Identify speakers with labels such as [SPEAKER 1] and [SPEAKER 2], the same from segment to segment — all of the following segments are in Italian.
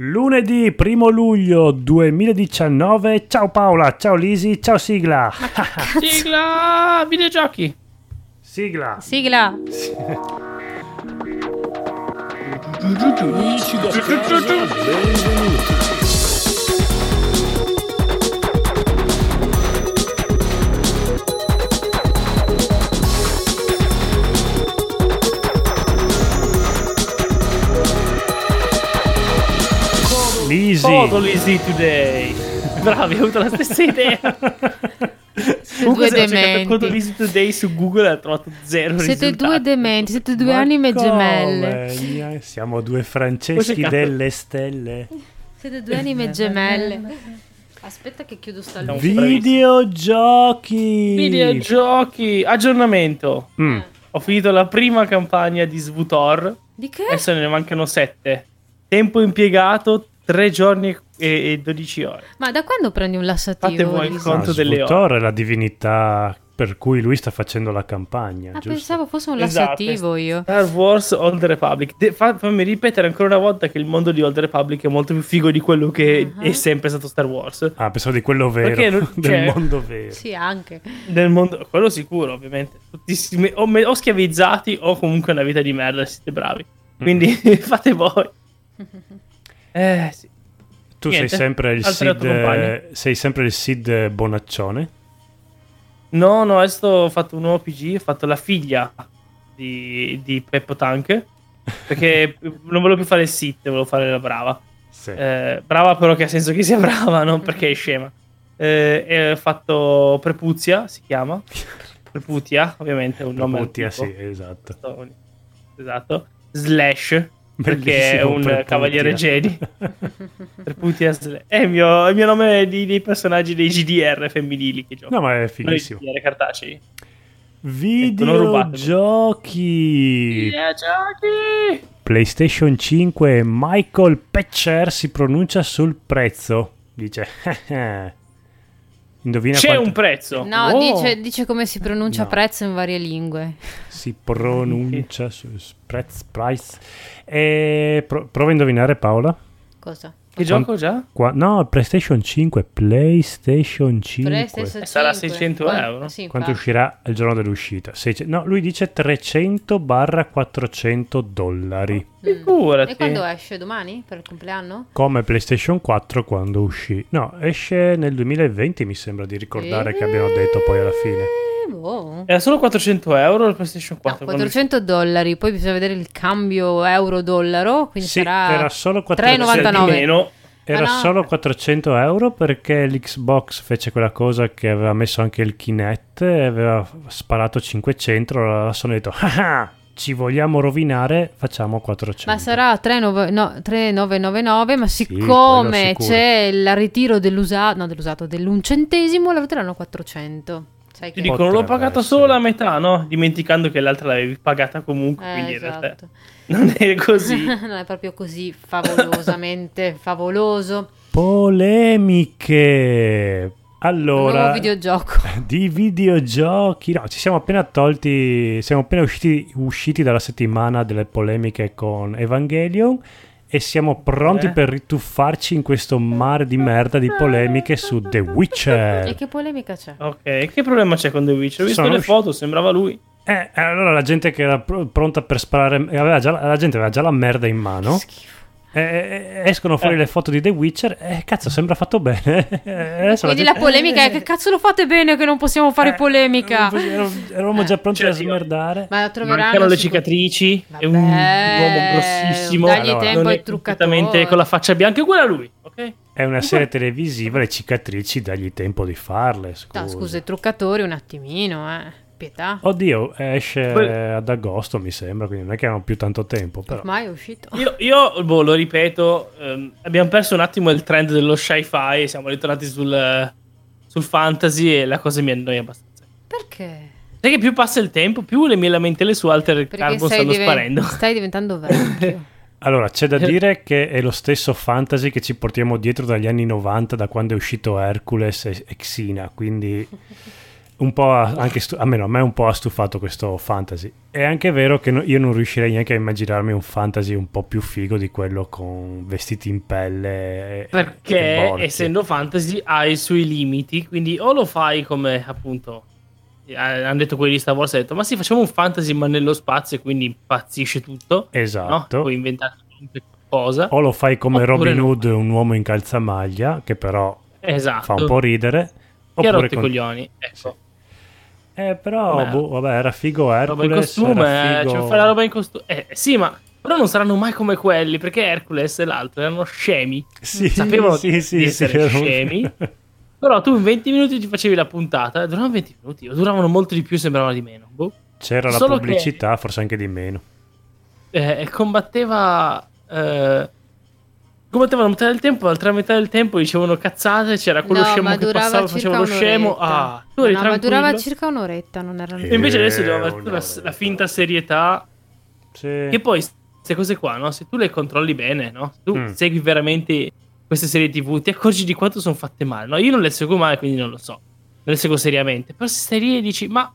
[SPEAKER 1] Lunedì 1 luglio 2019. Ciao Paola, ciao Lisi, ciao sigla.
[SPEAKER 2] Sigla videogiochi.
[SPEAKER 1] Sigla.
[SPEAKER 3] Sigla.
[SPEAKER 1] Lisi.
[SPEAKER 2] Totally easy today. Bravi, ho avuto la stessa idea. Comunque
[SPEAKER 3] due
[SPEAKER 2] se ho cercato
[SPEAKER 3] dementi.
[SPEAKER 2] Totally easy today su Google e ho trovato zero
[SPEAKER 3] Siete
[SPEAKER 2] risultati.
[SPEAKER 3] due dementi, siete due
[SPEAKER 1] Ma
[SPEAKER 3] anime
[SPEAKER 1] come?
[SPEAKER 3] gemelle.
[SPEAKER 1] Gna- Siamo due
[SPEAKER 2] Questo è
[SPEAKER 1] Franceschi
[SPEAKER 2] il cazzo.
[SPEAKER 1] delle stelle.
[SPEAKER 3] Siete due anime gemelle. Aspetta che chiudo sta luce.
[SPEAKER 1] Videogiochi.
[SPEAKER 2] Videogiochi, aggiornamento.
[SPEAKER 1] Mm.
[SPEAKER 2] Ho finito la prima campagna di Svutor,
[SPEAKER 3] Di che?
[SPEAKER 2] adesso ne mancano sette. Tempo impiegato 3 giorni e, e 12 ore.
[SPEAKER 3] Ma da quando prendi un lassativo?
[SPEAKER 2] Fate voi il
[SPEAKER 3] Lisa?
[SPEAKER 2] conto.
[SPEAKER 1] Ah,
[SPEAKER 2] delle ore.
[SPEAKER 1] Svutor è la divinità per cui lui sta facendo la campagna,
[SPEAKER 3] Ah,
[SPEAKER 1] giusto?
[SPEAKER 3] pensavo fosse un
[SPEAKER 2] Esatto.
[SPEAKER 3] lassativo io.
[SPEAKER 2] Star Wars Old Republic. De- fa- fammi ripetere ancora una volta che il mondo di Old Republic è molto più figo di quello che
[SPEAKER 3] Mhm.
[SPEAKER 2] è sempre stato Star Wars.
[SPEAKER 1] Ah, pensavo di quello
[SPEAKER 2] Perché
[SPEAKER 1] vero,
[SPEAKER 2] non-
[SPEAKER 1] del
[SPEAKER 2] cioè-
[SPEAKER 1] mondo vero.
[SPEAKER 3] Sì, anche.
[SPEAKER 2] Nel mondo, quello sicuro, ovviamente. Tutti si- me- o, me- o schiavizzati o comunque una vita di merda, siete bravi. Quindi fate voi. Eh, sì.
[SPEAKER 1] Tu
[SPEAKER 2] Niente.
[SPEAKER 1] sei sempre il
[SPEAKER 2] Altre otto
[SPEAKER 1] Sid, eh,
[SPEAKER 2] compagne.
[SPEAKER 1] sei sempre il Sid Bonaccione.
[SPEAKER 2] No, no, adesso ho fatto un nuovo PG, ho fatto la figlia di, di Peppo Tank. Perché non volevo più fare il sit, volevo fare la brava.
[SPEAKER 1] Sì.
[SPEAKER 2] Eh, brava però che ha senso che sia brava, non perché è scema. Eh, e ho fatto Prepuzia, si chiama. Preputia, ovviamente, è un nome.
[SPEAKER 1] Putia, sì,
[SPEAKER 2] antico.
[SPEAKER 1] esatto.
[SPEAKER 2] Esatto. Slash, perché è
[SPEAKER 1] Bellissimo
[SPEAKER 2] un
[SPEAKER 1] per
[SPEAKER 2] cavaliere
[SPEAKER 1] Putia.
[SPEAKER 2] Jedi. Preputia Slash. È il mio, è il mio nome di- dei personaggi dei GDR femminili che gioco.
[SPEAKER 1] No, ma è
[SPEAKER 2] Non i
[SPEAKER 1] fighissimo.
[SPEAKER 2] GDR cartacei. Ecco, non rubatemi.
[SPEAKER 1] Videogiochi.
[SPEAKER 3] eh,
[SPEAKER 2] Videogiochi!
[SPEAKER 1] PlayStation 5 Michael Petcher si pronuncia sul prezzo. Dice. Indovina
[SPEAKER 2] C'è
[SPEAKER 1] quanto
[SPEAKER 2] un prezzo.
[SPEAKER 3] No,
[SPEAKER 2] Oh!
[SPEAKER 3] dice, dice come si pronuncia
[SPEAKER 1] No.
[SPEAKER 3] prezzo in varie lingue.
[SPEAKER 1] si pronuncia sul prezzo price. E pro- prova a indovinare Paola.
[SPEAKER 3] Cosa?
[SPEAKER 2] Che gioco già?
[SPEAKER 3] Mm.
[SPEAKER 1] Qua- no, PlayStation 5, PlayStation 5.
[SPEAKER 3] PlayStation
[SPEAKER 2] Sarà
[SPEAKER 3] 5.
[SPEAKER 2] 600
[SPEAKER 3] Quanto-
[SPEAKER 2] euro?
[SPEAKER 3] Sì,
[SPEAKER 1] Quanto
[SPEAKER 3] infatti.
[SPEAKER 1] uscirà il giorno dell'uscita? 600 no, lui dice 300 barra 400 dollari.
[SPEAKER 2] Figurati.
[SPEAKER 3] E quando esce? Domani? Per il compleanno?
[SPEAKER 1] Come PlayStation 4 quando uscì. No, esce nel 2020 mi sembra di ricordare che abbiano detto poi alla fine.
[SPEAKER 3] Eh, boh.
[SPEAKER 2] Era solo 400 euro il PlayStation
[SPEAKER 3] No,
[SPEAKER 2] 4. quando-
[SPEAKER 3] 400 dollari, poi bisogna vedere il cambio euro-dollaro, quindi
[SPEAKER 1] Sì,
[SPEAKER 3] sarà
[SPEAKER 1] era solo
[SPEAKER 3] 3,99.
[SPEAKER 1] 400,
[SPEAKER 2] Di meno.
[SPEAKER 1] era
[SPEAKER 3] Ah, no.
[SPEAKER 1] solo 400 euro perché l'Xbox fece quella cosa che aveva messo anche il Kinect e aveva sparato 500, allora sono detto "Ah, ah, ci vogliamo rovinare, facciamo 400.
[SPEAKER 3] Ma sarà 39 no, 3999,
[SPEAKER 1] quello
[SPEAKER 3] ma siccome
[SPEAKER 1] sicuro.
[SPEAKER 3] c'è il ritiro dell'usato, no dell'usato, dell'uncentesimo, la vedranno 400. Sai
[SPEAKER 2] Ti
[SPEAKER 3] che...
[SPEAKER 2] dicono, l'ho
[SPEAKER 1] Potrebbe
[SPEAKER 2] pagata
[SPEAKER 1] essere.
[SPEAKER 2] solo la metà, no? Dimenticando che l'altra l'avevi pagata comunque,
[SPEAKER 3] Eh,
[SPEAKER 2] quindi in realtà
[SPEAKER 3] esatto.
[SPEAKER 2] non è così.
[SPEAKER 3] non è proprio così favolosamente favoloso.
[SPEAKER 1] Polemiche. Allora,
[SPEAKER 3] Nuovo videogioco.
[SPEAKER 1] di videogiochi. No, ci siamo appena tolti. Siamo appena usciti, usciti dalla settimana delle polemiche con Evangelion. E siamo pronti
[SPEAKER 2] Eh?
[SPEAKER 1] per rituffarci in questo mare di merda di polemiche su The
[SPEAKER 3] E
[SPEAKER 1] Witcher.
[SPEAKER 3] che polemica c'è?
[SPEAKER 2] ok, che problema c'è con The Witch? Ho visto
[SPEAKER 1] Sono
[SPEAKER 2] le
[SPEAKER 1] usci-
[SPEAKER 2] foto, sembrava lui.
[SPEAKER 1] Eh, allora la gente che era pr- pronta per sparare. Aveva già, la- la gente aveva già la merda in mano.
[SPEAKER 3] Schifo.
[SPEAKER 1] Eh, eh, escono fuori
[SPEAKER 2] Eh.
[SPEAKER 1] le foto di The Witcher. Eh, cazzo, sembra fatto bene. Eh, adesso
[SPEAKER 3] Quindi
[SPEAKER 1] gente-
[SPEAKER 3] la polemica è che cazzo lo fate bene che non possiamo fare
[SPEAKER 1] Eh,
[SPEAKER 3] polemica.
[SPEAKER 1] ero- Eravamo già pronti
[SPEAKER 2] Cioè,
[SPEAKER 1] a smerdare.
[SPEAKER 3] Ma la troveranno
[SPEAKER 2] Mancano le
[SPEAKER 3] sicur-
[SPEAKER 2] cicatrici. È un
[SPEAKER 3] Vabbè,
[SPEAKER 2] uomo grossissimo.
[SPEAKER 3] Dagli
[SPEAKER 1] Allora,
[SPEAKER 3] tempo
[SPEAKER 2] non
[SPEAKER 3] al
[SPEAKER 2] è completamente
[SPEAKER 3] truccatore.
[SPEAKER 2] con la faccia bianca, è uguale a lui. Ok?
[SPEAKER 1] È una serie televisiva, le cicatrici dagli tempo di farle. Scusa.
[SPEAKER 3] No, Ah, scusa, i truccatori un attimino, eh. Pietà.
[SPEAKER 2] Oh,
[SPEAKER 1] Oddio, esce
[SPEAKER 2] Poi-
[SPEAKER 1] ad agosto, mi sembra, quindi non è che hanno più tanto tempo. Però.
[SPEAKER 3] Ormai è uscito.
[SPEAKER 2] Io, io, boh, lo ripeto, ehm, abbiamo perso un attimo il trend dello sci-fi, siamo ritornati sul, sul fantasy e la cosa mi annoia abbastanza.
[SPEAKER 3] Perché?
[SPEAKER 2] Sai che più passa il tempo, più le mie lamentele su Alter
[SPEAKER 3] Perché
[SPEAKER 2] Carbon stanno
[SPEAKER 3] diven-
[SPEAKER 2] sparendo.
[SPEAKER 3] stai diventando vecchio.
[SPEAKER 1] Allora, c'è
[SPEAKER 2] Eh.
[SPEAKER 1] da dire che è lo stesso fantasy che ci portiamo dietro dagli anni 90, da quando è uscito Hercules e e Xena, quindi un po' a- anche stu- almeno a me un po' ha stufato questo fantasy. È anche vero che no- io non riuscirei neanche a immaginarmi un fantasy un po' più figo di quello con vestiti in pelle. e- e
[SPEAKER 2] Perché
[SPEAKER 1] borchie.
[SPEAKER 2] essendo fantasy ha i suoi limiti, quindi o lo fai come appunto eh, hanno detto quelli di Star Wars, hanno detto ma sì facciamo un fantasy ma nello spazio e quindi impazzisce tutto,
[SPEAKER 1] Esatto.
[SPEAKER 2] no? puoi inventare qualcosa,
[SPEAKER 1] O lo fai come
[SPEAKER 2] Oppure
[SPEAKER 1] Robin
[SPEAKER 2] no.
[SPEAKER 1] Hood, un uomo in calzamaglia, che però
[SPEAKER 2] esatto,
[SPEAKER 1] fa un po' ridere.
[SPEAKER 2] Chi ha
[SPEAKER 1] oppure
[SPEAKER 2] rotto i
[SPEAKER 1] con-
[SPEAKER 2] coglioni, ecco.
[SPEAKER 1] Sì. Eh, però,
[SPEAKER 2] Com'era?
[SPEAKER 1] boh, vabbè, era figo
[SPEAKER 2] roba in
[SPEAKER 1] Hercules,
[SPEAKER 2] costume,
[SPEAKER 1] era
[SPEAKER 2] eh,
[SPEAKER 1] figo...
[SPEAKER 2] cioè fare la roba in costume. Eh, sì, ma però non saranno mai come quelli, perché Hercules e l'altro erano scemi.
[SPEAKER 1] Sì,
[SPEAKER 2] Sapevano
[SPEAKER 1] sì, sì,
[SPEAKER 2] di
[SPEAKER 1] sì,
[SPEAKER 2] essere
[SPEAKER 1] era un-
[SPEAKER 2] scemi. Però tu in 20 minuti ci facevi la puntata, e duravano 20 minuti, o duravano molto di più, sembravano di meno. Boh.
[SPEAKER 1] C'era la
[SPEAKER 2] Solo che-
[SPEAKER 1] pubblicità, forse anche di meno.
[SPEAKER 2] Eh, e combatteva eh, combatteva la metà del tempo l'altra metà del tempo dicevano cazzate c'era quello
[SPEAKER 3] No,
[SPEAKER 2] scemo
[SPEAKER 3] ma
[SPEAKER 2] che
[SPEAKER 3] durava
[SPEAKER 2] passava
[SPEAKER 3] circa
[SPEAKER 2] faceva lo scemo
[SPEAKER 3] un'oretta.
[SPEAKER 2] ah tu eri
[SPEAKER 3] no, ma durava
[SPEAKER 2] tranquillo
[SPEAKER 3] circa un'oretta, non erano
[SPEAKER 1] Eh,
[SPEAKER 2] e invece adesso dobbiamo
[SPEAKER 1] Eh,
[SPEAKER 2] avere tutta la,
[SPEAKER 1] un'oretta.
[SPEAKER 2] la finta serietà
[SPEAKER 1] Sì.
[SPEAKER 2] che poi queste cose qua no? se tu le controlli bene no? se tu
[SPEAKER 1] Mm.
[SPEAKER 2] segui veramente queste serie tv ti accorgi di quanto sono fatte male no? io non le seguo male quindi non lo so non le seguo seriamente però se stai lì e dici ma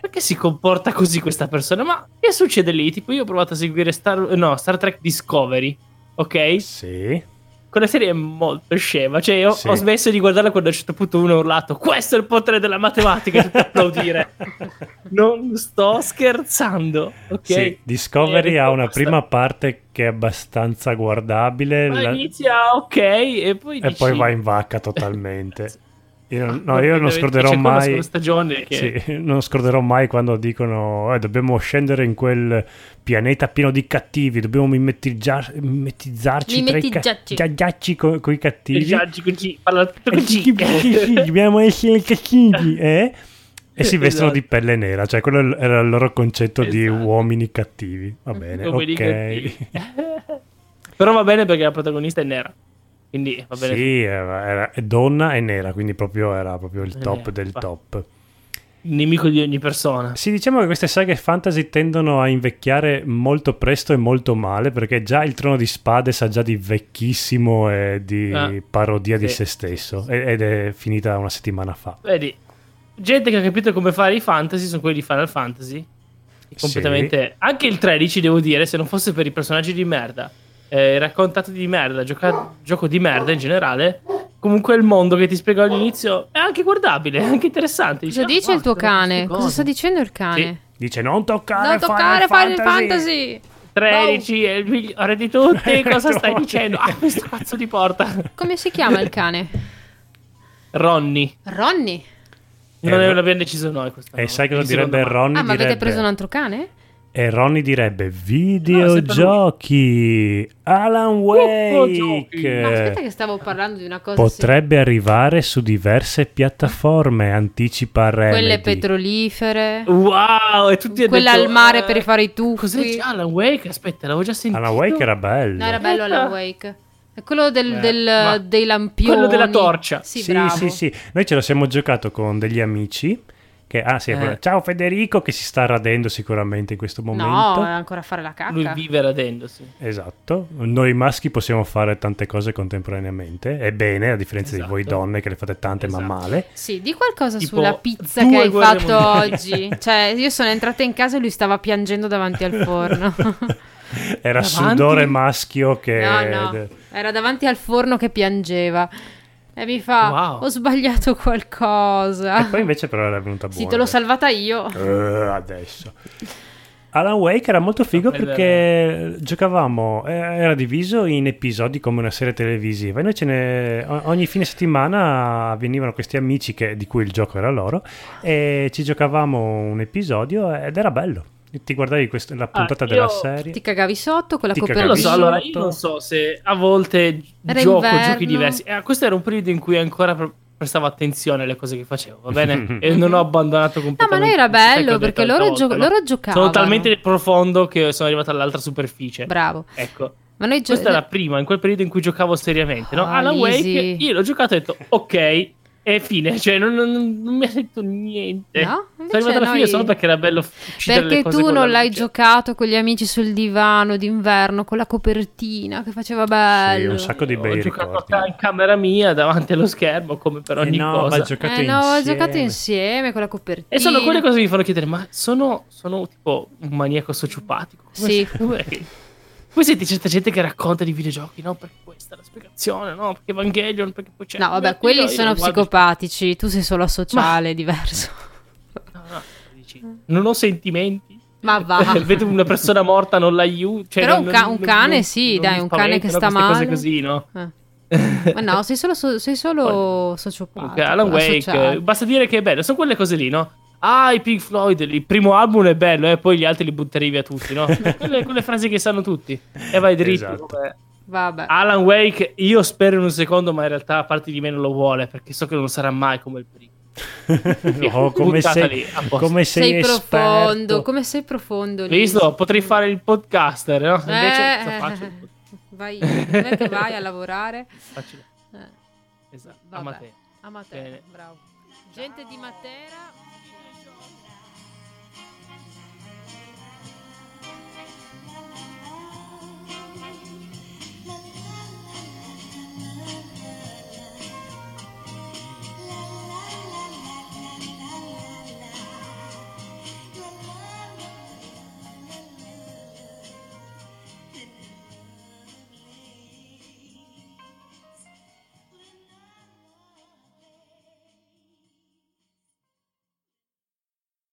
[SPEAKER 2] perché si comporta così questa persona ma che succede lì tipo io ho provato a seguire Star, no, Star Trek Discovery ok
[SPEAKER 1] Sì.
[SPEAKER 2] quella serie è molto scema. Cioè, ho,
[SPEAKER 1] Sì.
[SPEAKER 2] ho smesso di guardarla quando a un certo punto uno ha urlato: Questo è il potere della matematica! e tutti applaudire. Non sto scherzando, ok?
[SPEAKER 1] Sì, Discovery
[SPEAKER 2] Eh,
[SPEAKER 1] ha una
[SPEAKER 2] basta.
[SPEAKER 1] prima parte che è abbastanza guardabile
[SPEAKER 2] Ma
[SPEAKER 1] la-
[SPEAKER 2] inizia, ok, e poi.
[SPEAKER 1] e
[SPEAKER 2] dici-
[SPEAKER 1] poi va in vacca totalmente. Io non- no,
[SPEAKER 2] Ah,
[SPEAKER 1] io non
[SPEAKER 2] veramente,
[SPEAKER 1] scorderò
[SPEAKER 2] c'è quella
[SPEAKER 1] mai...
[SPEAKER 2] sola stagione che-
[SPEAKER 1] Sì, non scorderò mai quando dicono eh, dobbiamo scendere in quel pianeta pieno di cattivi, dobbiamo mimetiggiar- mimetizzarci tra i ca-
[SPEAKER 3] Mimetiggiarci.
[SPEAKER 1] giaggiarci co- coi
[SPEAKER 2] che
[SPEAKER 1] cattivi. Eh,
[SPEAKER 2] già G, parla tutto con G.
[SPEAKER 1] dobbiamo essere cattivi eh? e si vestono
[SPEAKER 2] Esatto.
[SPEAKER 1] di pelle nera cioè quello era il loro concetto di
[SPEAKER 2] Esatto.
[SPEAKER 1] uomini cattivi va bene
[SPEAKER 2] Come dico
[SPEAKER 1] ok
[SPEAKER 2] io. Però va bene perché la protagonista è nera. Quindi va bene.
[SPEAKER 1] sì era, era- è donna e nera quindi proprio era proprio il
[SPEAKER 2] Eh,
[SPEAKER 1] top del
[SPEAKER 2] infatti.
[SPEAKER 1] top
[SPEAKER 2] Nemico di ogni persona.
[SPEAKER 1] sì diciamo che queste saghe fantasy tendono a invecchiare molto presto e molto male perché già il trono di spade sa già di vecchissimo e di
[SPEAKER 2] Ah,
[SPEAKER 1] parodia di
[SPEAKER 2] sì,
[SPEAKER 1] se
[SPEAKER 2] sì,
[SPEAKER 1] stesso
[SPEAKER 2] sì, sì.
[SPEAKER 1] ed è finita una settimana fa
[SPEAKER 2] Vedi, gente che ha capito come fare i fantasy sono quelli di Final Fantasy. Completamente. Anche il 13, devo dire, se non fosse per i personaggi di merda, eh, raccontato di merda, gioca- gioco di merda in generale. Comunque il mondo che ti spiego all'inizio è anche guardabile, è anche interessante. Dici,
[SPEAKER 3] Cosa
[SPEAKER 2] "Ah,
[SPEAKER 3] dice il tuo
[SPEAKER 2] guarda,
[SPEAKER 3] cane?
[SPEAKER 2] queste
[SPEAKER 3] Cosa
[SPEAKER 2] cose".
[SPEAKER 3] sta dicendo il cane?
[SPEAKER 1] dice non toccare
[SPEAKER 3] Non toccare
[SPEAKER 1] Final
[SPEAKER 3] Final Fantasy!
[SPEAKER 2] 13 è il migliore di tutti, cosa stai dicendo? Ah, questo cazzo di porta.
[SPEAKER 3] Come si chiama il cane? Ah,
[SPEAKER 2] Ronny.
[SPEAKER 3] Ronny.
[SPEAKER 2] Non
[SPEAKER 1] Eh,
[SPEAKER 2] l'abbiamo deciso noi questa
[SPEAKER 1] E
[SPEAKER 2] volta.
[SPEAKER 1] sai cosa
[SPEAKER 2] Il secondo
[SPEAKER 1] direbbe
[SPEAKER 2] ma-
[SPEAKER 1] Ronny?
[SPEAKER 3] Ah, ma avete
[SPEAKER 1] direbbe,
[SPEAKER 3] preso un altro cane?
[SPEAKER 1] E Ronny direbbe videogiochi,
[SPEAKER 2] videogiochi,
[SPEAKER 1] Alan Wake.
[SPEAKER 2] Videogiochi.
[SPEAKER 3] No, aspetta che stavo parlando di una cosa...
[SPEAKER 1] Potrebbe arrivare su diverse piattaforme, anticipa
[SPEAKER 3] sì.
[SPEAKER 1] Remedy.
[SPEAKER 3] Quelle petrolifere...
[SPEAKER 2] Wow, e tutti hanno
[SPEAKER 3] Quella
[SPEAKER 2] detto,
[SPEAKER 3] al mare
[SPEAKER 2] "Eh,
[SPEAKER 3] per fare i tucchi.
[SPEAKER 2] Cos'è Alan Wake? Aspetta, l'avevo già sentito.
[SPEAKER 1] Alan Wake era bello.
[SPEAKER 3] No, era bello Alan
[SPEAKER 2] Eh.
[SPEAKER 3] Wake. È quello del-
[SPEAKER 2] Eh,
[SPEAKER 3] del-
[SPEAKER 2] ma-
[SPEAKER 3] dei lampioni.
[SPEAKER 2] quello della torcia.
[SPEAKER 3] Sì,
[SPEAKER 1] sì,
[SPEAKER 3] bravo.
[SPEAKER 1] sì, sì. Noi ce la siamo giocato con degli amici. Che, ah, sì,
[SPEAKER 2] Eh.
[SPEAKER 1] quello- Ciao Federico, che si sta radendo sicuramente in questo momento.
[SPEAKER 3] No, eh. è ancora a fare la cacca.
[SPEAKER 2] Lui vive radendosi.
[SPEAKER 1] Esatto, noi maschi possiamo fare tante cose contemporaneamente, e bene, a differenza di
[SPEAKER 2] Esatto.
[SPEAKER 1] voi donne che le fate tante ma
[SPEAKER 2] Esatto.
[SPEAKER 1] male.
[SPEAKER 3] Sì, di qualcosa
[SPEAKER 2] Tipo,
[SPEAKER 3] sulla pizza
[SPEAKER 2] due
[SPEAKER 3] che hai
[SPEAKER 2] guerre
[SPEAKER 3] fatto
[SPEAKER 2] mondiali.
[SPEAKER 3] oggi. Cioè, io sono entrata in casa e lui stava piangendo davanti al forno.
[SPEAKER 1] Era
[SPEAKER 2] Davanti?
[SPEAKER 1] sudore maschio che...
[SPEAKER 2] Eh,
[SPEAKER 3] No, no, era davanti al forno che piangeva. E mi fa,
[SPEAKER 2] Wow. Ah,
[SPEAKER 3] ho sbagliato
[SPEAKER 1] E
[SPEAKER 3] qualcosa.
[SPEAKER 1] poi invece però era venuta buona.
[SPEAKER 3] Sì, te l'ho salvata io.
[SPEAKER 1] Eh, adesso. Alan Wake era molto figo
[SPEAKER 2] Quello era-
[SPEAKER 1] perché giocavamo, eh, era diviso in episodi come una serie televisiva e noi ce ne, o- ogni fine settimana venivano questi amici che- di cui il gioco era loro e ci giocavamo un episodio ed era bello. Ti guardavi quest- la puntata
[SPEAKER 2] io-
[SPEAKER 1] della serie.
[SPEAKER 3] Ah, Ti cagavi sotto con la
[SPEAKER 1] Ti
[SPEAKER 3] copertina.
[SPEAKER 2] Non lo so,
[SPEAKER 1] Capisci?
[SPEAKER 2] allora io non so se a volte
[SPEAKER 3] Era
[SPEAKER 2] gioco
[SPEAKER 3] inverno.
[SPEAKER 2] giochi diversi. Eh, questo era un periodo in cui ancora pre- prestavo attenzione alle cose che facevo, va bene? e non ho abbandonato
[SPEAKER 3] No, ma
[SPEAKER 2] completamente.
[SPEAKER 3] noi era
[SPEAKER 2] Sai cosa ho
[SPEAKER 3] bello
[SPEAKER 2] detto
[SPEAKER 3] perché
[SPEAKER 2] l'altra
[SPEAKER 3] loro,
[SPEAKER 2] volta,
[SPEAKER 3] gio-
[SPEAKER 2] no?
[SPEAKER 3] loro giocavano.
[SPEAKER 2] Sono talmente profondo che sono arrivato all'altra superficie.
[SPEAKER 3] Bravo.
[SPEAKER 2] ecco.
[SPEAKER 3] Ma noi
[SPEAKER 2] Questa è la
[SPEAKER 3] giocavamo.
[SPEAKER 2] prima, in quel periodo in cui giocavo seriamente, no?
[SPEAKER 3] Cioè, Ah,
[SPEAKER 2] Alan Wake,
[SPEAKER 3] Lisi.
[SPEAKER 2] io l'ho giocato e ho detto, ok, E fine, cioè non, non- non mi ha detto niente.
[SPEAKER 3] No? Invece
[SPEAKER 2] Sono arrivato alla
[SPEAKER 3] noi-
[SPEAKER 2] fine solo perché era bello uscire le
[SPEAKER 3] Perché
[SPEAKER 2] cose
[SPEAKER 3] tu
[SPEAKER 2] con la
[SPEAKER 3] non l'hai
[SPEAKER 2] luce.
[SPEAKER 3] giocato con gli amici sul divano d'inverno, con la copertina che faceva bello.
[SPEAKER 1] un sacco di
[SPEAKER 2] Ho
[SPEAKER 1] bei
[SPEAKER 2] giocato
[SPEAKER 1] ricordi.
[SPEAKER 2] a- in camera mia davanti allo schermo come per
[SPEAKER 1] Eh
[SPEAKER 2] ogni
[SPEAKER 1] no,
[SPEAKER 2] cosa.
[SPEAKER 1] ma giocate
[SPEAKER 3] eh no, ho
[SPEAKER 1] insieme.
[SPEAKER 3] giocato insieme con la copertina.
[SPEAKER 2] E sono quelle cose che mi fanno chiedere, ma sono, sono tipo un maniaco sociopatico? Come
[SPEAKER 3] Sì.
[SPEAKER 2] se- come- Poi senti certa gente che racconta di videogiochi, no? Perché questa è la spiegazione, no? Perché Evangelion, perché poi c'è...
[SPEAKER 3] No, vabbè,
[SPEAKER 2] Io-
[SPEAKER 3] quelli
[SPEAKER 2] io
[SPEAKER 3] sono
[SPEAKER 2] guardo-
[SPEAKER 3] psicopatici, tu sei solo asociale, è diverso.
[SPEAKER 2] No, no, dici, Mm. non ho sentimenti.
[SPEAKER 3] Ma va.
[SPEAKER 2] Vedo una persona morta, non l'aiuto. Cioè,
[SPEAKER 3] Però
[SPEAKER 2] non-
[SPEAKER 3] un ca-
[SPEAKER 2] non-
[SPEAKER 3] un
[SPEAKER 2] non-
[SPEAKER 3] cane
[SPEAKER 2] non-
[SPEAKER 3] sì,
[SPEAKER 2] non
[SPEAKER 3] dai,
[SPEAKER 2] mi
[SPEAKER 3] un cane che
[SPEAKER 2] spaventano
[SPEAKER 3] sta
[SPEAKER 2] queste
[SPEAKER 3] male.
[SPEAKER 2] Cose così, no?
[SPEAKER 3] Eh. Ma no, sei solo, so- sei solo sociopatico.
[SPEAKER 2] Comunque, Alan Wake,
[SPEAKER 3] asociale.
[SPEAKER 2] eh, basta dire che è bello, sono quelle cose lì, no? Ah, i Pink Floyd, il primo album è bello, eh, poi gli altri li butterei via tutti, no? quelle, quelle frasi che sanno tutti. E vai dritto.
[SPEAKER 1] Esatto.
[SPEAKER 2] come-
[SPEAKER 3] Vabbè.
[SPEAKER 2] Alan Wake, io spero in un secondo, ma in realtà parte di me non lo vuole, perché so che non sarà mai come il primo.
[SPEAKER 1] No, come
[SPEAKER 2] Buttata
[SPEAKER 1] sei,
[SPEAKER 2] lì, apposta.
[SPEAKER 1] come sei,
[SPEAKER 3] sei profondo,
[SPEAKER 1] esperto.
[SPEAKER 3] come sei profondo. lì.
[SPEAKER 2] Visto? Potrei fare il podcaster, no?
[SPEAKER 3] Eh,
[SPEAKER 2] Invece cosa
[SPEAKER 3] eh,
[SPEAKER 2] faccio?
[SPEAKER 3] eh, vai, dov'è che vai a lavorare?
[SPEAKER 2] Faccio-
[SPEAKER 3] Eh,
[SPEAKER 2] Esatto,
[SPEAKER 3] vabbè.
[SPEAKER 2] a Matteo.
[SPEAKER 3] A Matera,
[SPEAKER 2] Bene.
[SPEAKER 3] bravo. Gente di Matera.